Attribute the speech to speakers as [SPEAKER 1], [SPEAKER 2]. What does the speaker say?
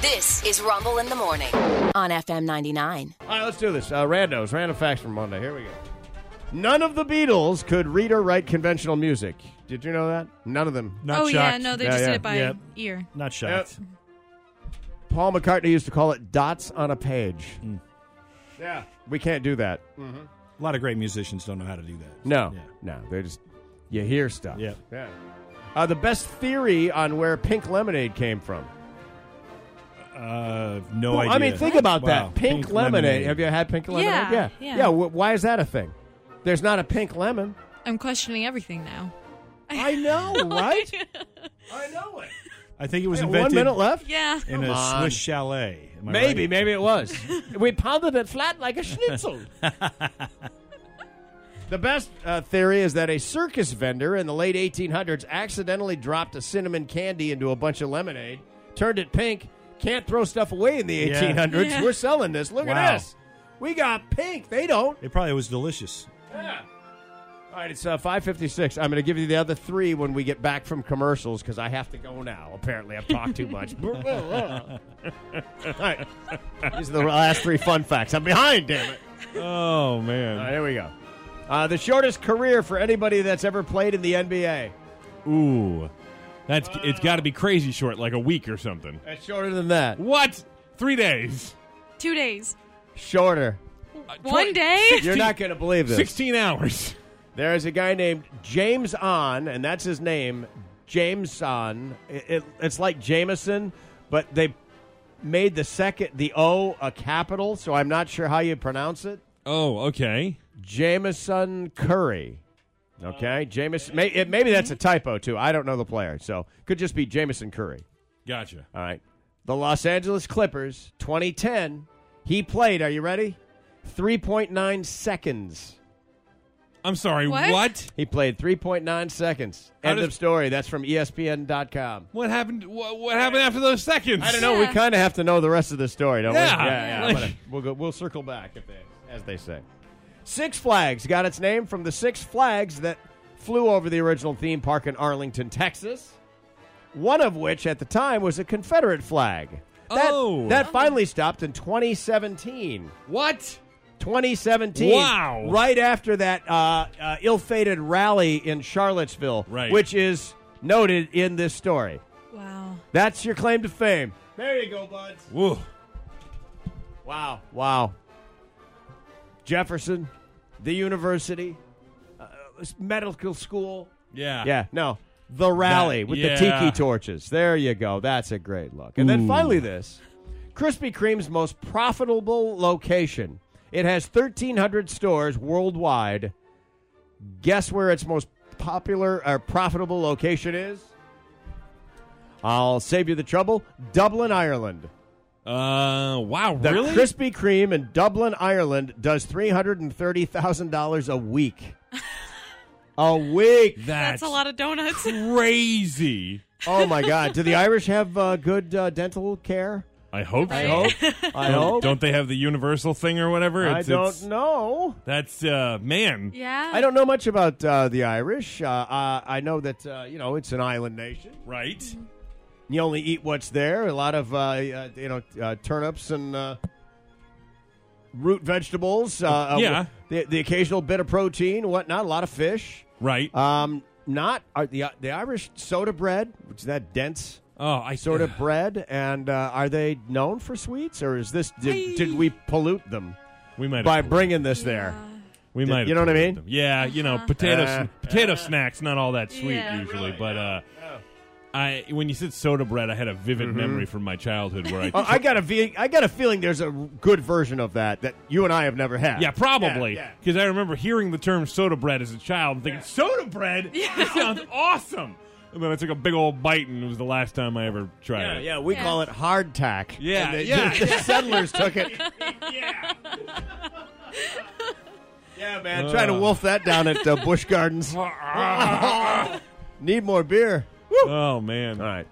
[SPEAKER 1] This is Rumble in the Morning on FM 99.
[SPEAKER 2] All right, let's do this. Uh, randos, random facts from Monday. Here we go. None of the Beatles could read or write conventional music. Did you know that? None of them.
[SPEAKER 3] Not
[SPEAKER 4] oh yeah,
[SPEAKER 3] shocked.
[SPEAKER 4] no, they
[SPEAKER 2] Yeah,
[SPEAKER 4] just
[SPEAKER 2] yeah.
[SPEAKER 4] did it by
[SPEAKER 3] Yep.
[SPEAKER 4] ear.
[SPEAKER 3] Not shocked.
[SPEAKER 2] Paul McCartney used to call it dots on a page.
[SPEAKER 3] Hmm. Yeah.
[SPEAKER 2] We can't do that.
[SPEAKER 3] A lot of great musicians don't know how to do that.
[SPEAKER 2] No,
[SPEAKER 3] Yeah.
[SPEAKER 2] no. They just you hear stuff.
[SPEAKER 3] Yeah.
[SPEAKER 2] yeah. Uh, the best theory on where pink lemonade came from.
[SPEAKER 3] Uh, no
[SPEAKER 2] Well,
[SPEAKER 3] idea.
[SPEAKER 2] I mean, think about
[SPEAKER 3] Wow.
[SPEAKER 2] that. Pink, lemonade. Have you had pink lemonade?
[SPEAKER 4] Yeah,
[SPEAKER 2] yeah.
[SPEAKER 4] yeah.
[SPEAKER 2] wh- why is that a thing? There's not a pink lemon.
[SPEAKER 4] I'm questioning everything now.
[SPEAKER 2] I know, right? I know it.
[SPEAKER 3] I think it was
[SPEAKER 2] Yeah,
[SPEAKER 3] invented
[SPEAKER 2] one minute left.
[SPEAKER 4] yeah.
[SPEAKER 3] in
[SPEAKER 2] Come
[SPEAKER 3] a
[SPEAKER 2] on.
[SPEAKER 3] Swiss chalet. Am I
[SPEAKER 2] Maybe,
[SPEAKER 3] right?
[SPEAKER 2] maybe it was. we pounded it flat like a schnitzel. the best uh, theory is that a circus vendor in the late 1800s accidentally dropped a cinnamon candy into a bunch of lemonade, turned it pink. Can't throw stuff away in the
[SPEAKER 3] Yeah.
[SPEAKER 2] 1800s.
[SPEAKER 4] Yeah.
[SPEAKER 2] We're selling this. Look
[SPEAKER 3] Wow.
[SPEAKER 2] at this. We got pink. They don't.
[SPEAKER 3] It probably was delicious.
[SPEAKER 2] All right, it's uh, 556. I'm going to give you the other three when we get back from commercials because I have to go now. Apparently, I've talked too much. All right. These are the last three fun facts. I'm behind, damn it.
[SPEAKER 3] Oh
[SPEAKER 2] All right,
[SPEAKER 3] man.
[SPEAKER 2] here we go. Uh, the shortest career for anybody that's ever played in the NBA.
[SPEAKER 5] Ooh, that's it's got to be crazy short, like a week or something.
[SPEAKER 2] That's shorter than that.
[SPEAKER 5] What? Three days?
[SPEAKER 4] Two days.
[SPEAKER 2] Shorter.
[SPEAKER 4] Uh, One day?
[SPEAKER 2] You're not going to believe this.
[SPEAKER 5] Sixteen hours.
[SPEAKER 2] There is a guy named James On, and that's his name, James On. It, it- it's like Jameson, but they made the second the O a capital, so I'm not sure how you pronounce it.
[SPEAKER 5] Oh, okay.
[SPEAKER 2] Jameson Curry. Okay, Jameson. May, it, maybe that's a typo too. I don't know the player, so could just be Jameson Curry.
[SPEAKER 5] Gotcha.
[SPEAKER 2] All right, the Los Angeles Clippers, 2010. He played. Are you ready? 3.9 seconds.
[SPEAKER 5] I'm sorry.
[SPEAKER 4] What?
[SPEAKER 5] What?
[SPEAKER 2] He played 3.9 seconds.
[SPEAKER 5] How
[SPEAKER 2] End
[SPEAKER 5] does-
[SPEAKER 2] of story. That's from E ESPN.com.
[SPEAKER 5] What happened? What, what happened after those seconds?
[SPEAKER 2] I don't know. We
[SPEAKER 4] Yeah.
[SPEAKER 2] kind of have to know the rest of the story, don't
[SPEAKER 5] Yeah.
[SPEAKER 2] we? Yeah, yeah.
[SPEAKER 5] Like-
[SPEAKER 2] but, uh, we'll go. We'll circle back if they, as they say. Six Flags got its name from the six flags that flew over the original theme park in Arlington, Texas. One of which at the time was a Confederate flag. That,
[SPEAKER 5] Oh.
[SPEAKER 2] that finally stopped in 2017.
[SPEAKER 5] What?
[SPEAKER 2] 2017.
[SPEAKER 5] Wow.
[SPEAKER 2] Right after that uh, uh, ill-fated rally in Charlottesville,
[SPEAKER 5] Right.
[SPEAKER 2] which is noted in this story.
[SPEAKER 4] Wow.
[SPEAKER 2] That's your claim to fame. There you go, buds.
[SPEAKER 5] Whoa.
[SPEAKER 2] Wow. Wow. Jefferson, the university, uh, medical school.
[SPEAKER 5] Yeah.
[SPEAKER 2] Yeah, no. The rally
[SPEAKER 5] That-
[SPEAKER 2] with the
[SPEAKER 5] yeah.
[SPEAKER 2] tiki torches. There you go. That's a great look. And then finally, this Krispy Kreme's most profitable location. It has 1,300 stores worldwide. Guess where its most popular or profitable location is? I'll save you the trouble Dublin, Ireland.
[SPEAKER 5] Uh. Wow.
[SPEAKER 2] The
[SPEAKER 5] really?
[SPEAKER 2] Krispy Kreme in Dublin, Ireland does $330,000 a week. a week.
[SPEAKER 4] That's, a lot of donuts.
[SPEAKER 5] crazy.
[SPEAKER 2] Oh my God! Do the Irish have uh, good uh, dental care?
[SPEAKER 5] I hope.
[SPEAKER 2] I
[SPEAKER 5] so.
[SPEAKER 2] hope. I
[SPEAKER 5] Don't-
[SPEAKER 2] hope.
[SPEAKER 5] Don't they have the universal thing or whatever?
[SPEAKER 2] I
[SPEAKER 5] It's-
[SPEAKER 2] don't
[SPEAKER 5] it's-
[SPEAKER 2] know.
[SPEAKER 5] That's uh, man.
[SPEAKER 4] yeah.
[SPEAKER 2] I don't know much about uh, the Irish. Uh, uh, I know that uh, you know it's an island nation.
[SPEAKER 5] Right.
[SPEAKER 4] Mm-hmm.
[SPEAKER 2] You only eat what's there. A lot of uh, uh, you know uh, turnips and uh, root vegetables. Uh, uh,
[SPEAKER 5] Yeah.
[SPEAKER 2] The, the occasional bit of protein, whatnot. A lot of fish.
[SPEAKER 5] Right.
[SPEAKER 2] Um, not are the the Irish soda bread, which is that dense.
[SPEAKER 5] oh, I
[SPEAKER 2] sort of bread, and uh, are they known for sweets, or is this did,
[SPEAKER 5] I-
[SPEAKER 2] did we pollute them
[SPEAKER 5] We might.
[SPEAKER 2] by
[SPEAKER 5] have-
[SPEAKER 2] bringing this there?
[SPEAKER 5] We
[SPEAKER 2] Did-
[SPEAKER 5] might.
[SPEAKER 2] you
[SPEAKER 5] have
[SPEAKER 2] know what I
[SPEAKER 5] played
[SPEAKER 2] mean?
[SPEAKER 5] them. Yeah, you know, potato
[SPEAKER 2] Uh,
[SPEAKER 5] sn- potato snacks, not all that sweet
[SPEAKER 4] Uh-huh. Yeah.
[SPEAKER 5] usually. but uh, I when you said soda bread, I had a vivid memory from my childhood where I.
[SPEAKER 2] Mm-hmm. Oh, I got a ve- I got a feeling there's a good version of that that you and I have never had.
[SPEAKER 5] yeah, probably
[SPEAKER 2] Yeah,
[SPEAKER 5] because I remember hearing the term soda bread as a child and thinking soda bread that sounds awesome. And then I took a big old bite, and it was the last time I ever tried
[SPEAKER 2] yeah.
[SPEAKER 5] it.
[SPEAKER 2] Yeah, we
[SPEAKER 4] Yeah.
[SPEAKER 2] call it hardtack.
[SPEAKER 5] Yeah,
[SPEAKER 2] And the,
[SPEAKER 5] yeah.
[SPEAKER 2] the settlers took it. yeah, man, trying to
[SPEAKER 5] Uh.
[SPEAKER 2] wolf that down at uh, Bush Gardens. Need more beer.
[SPEAKER 5] Oh man!
[SPEAKER 2] All right.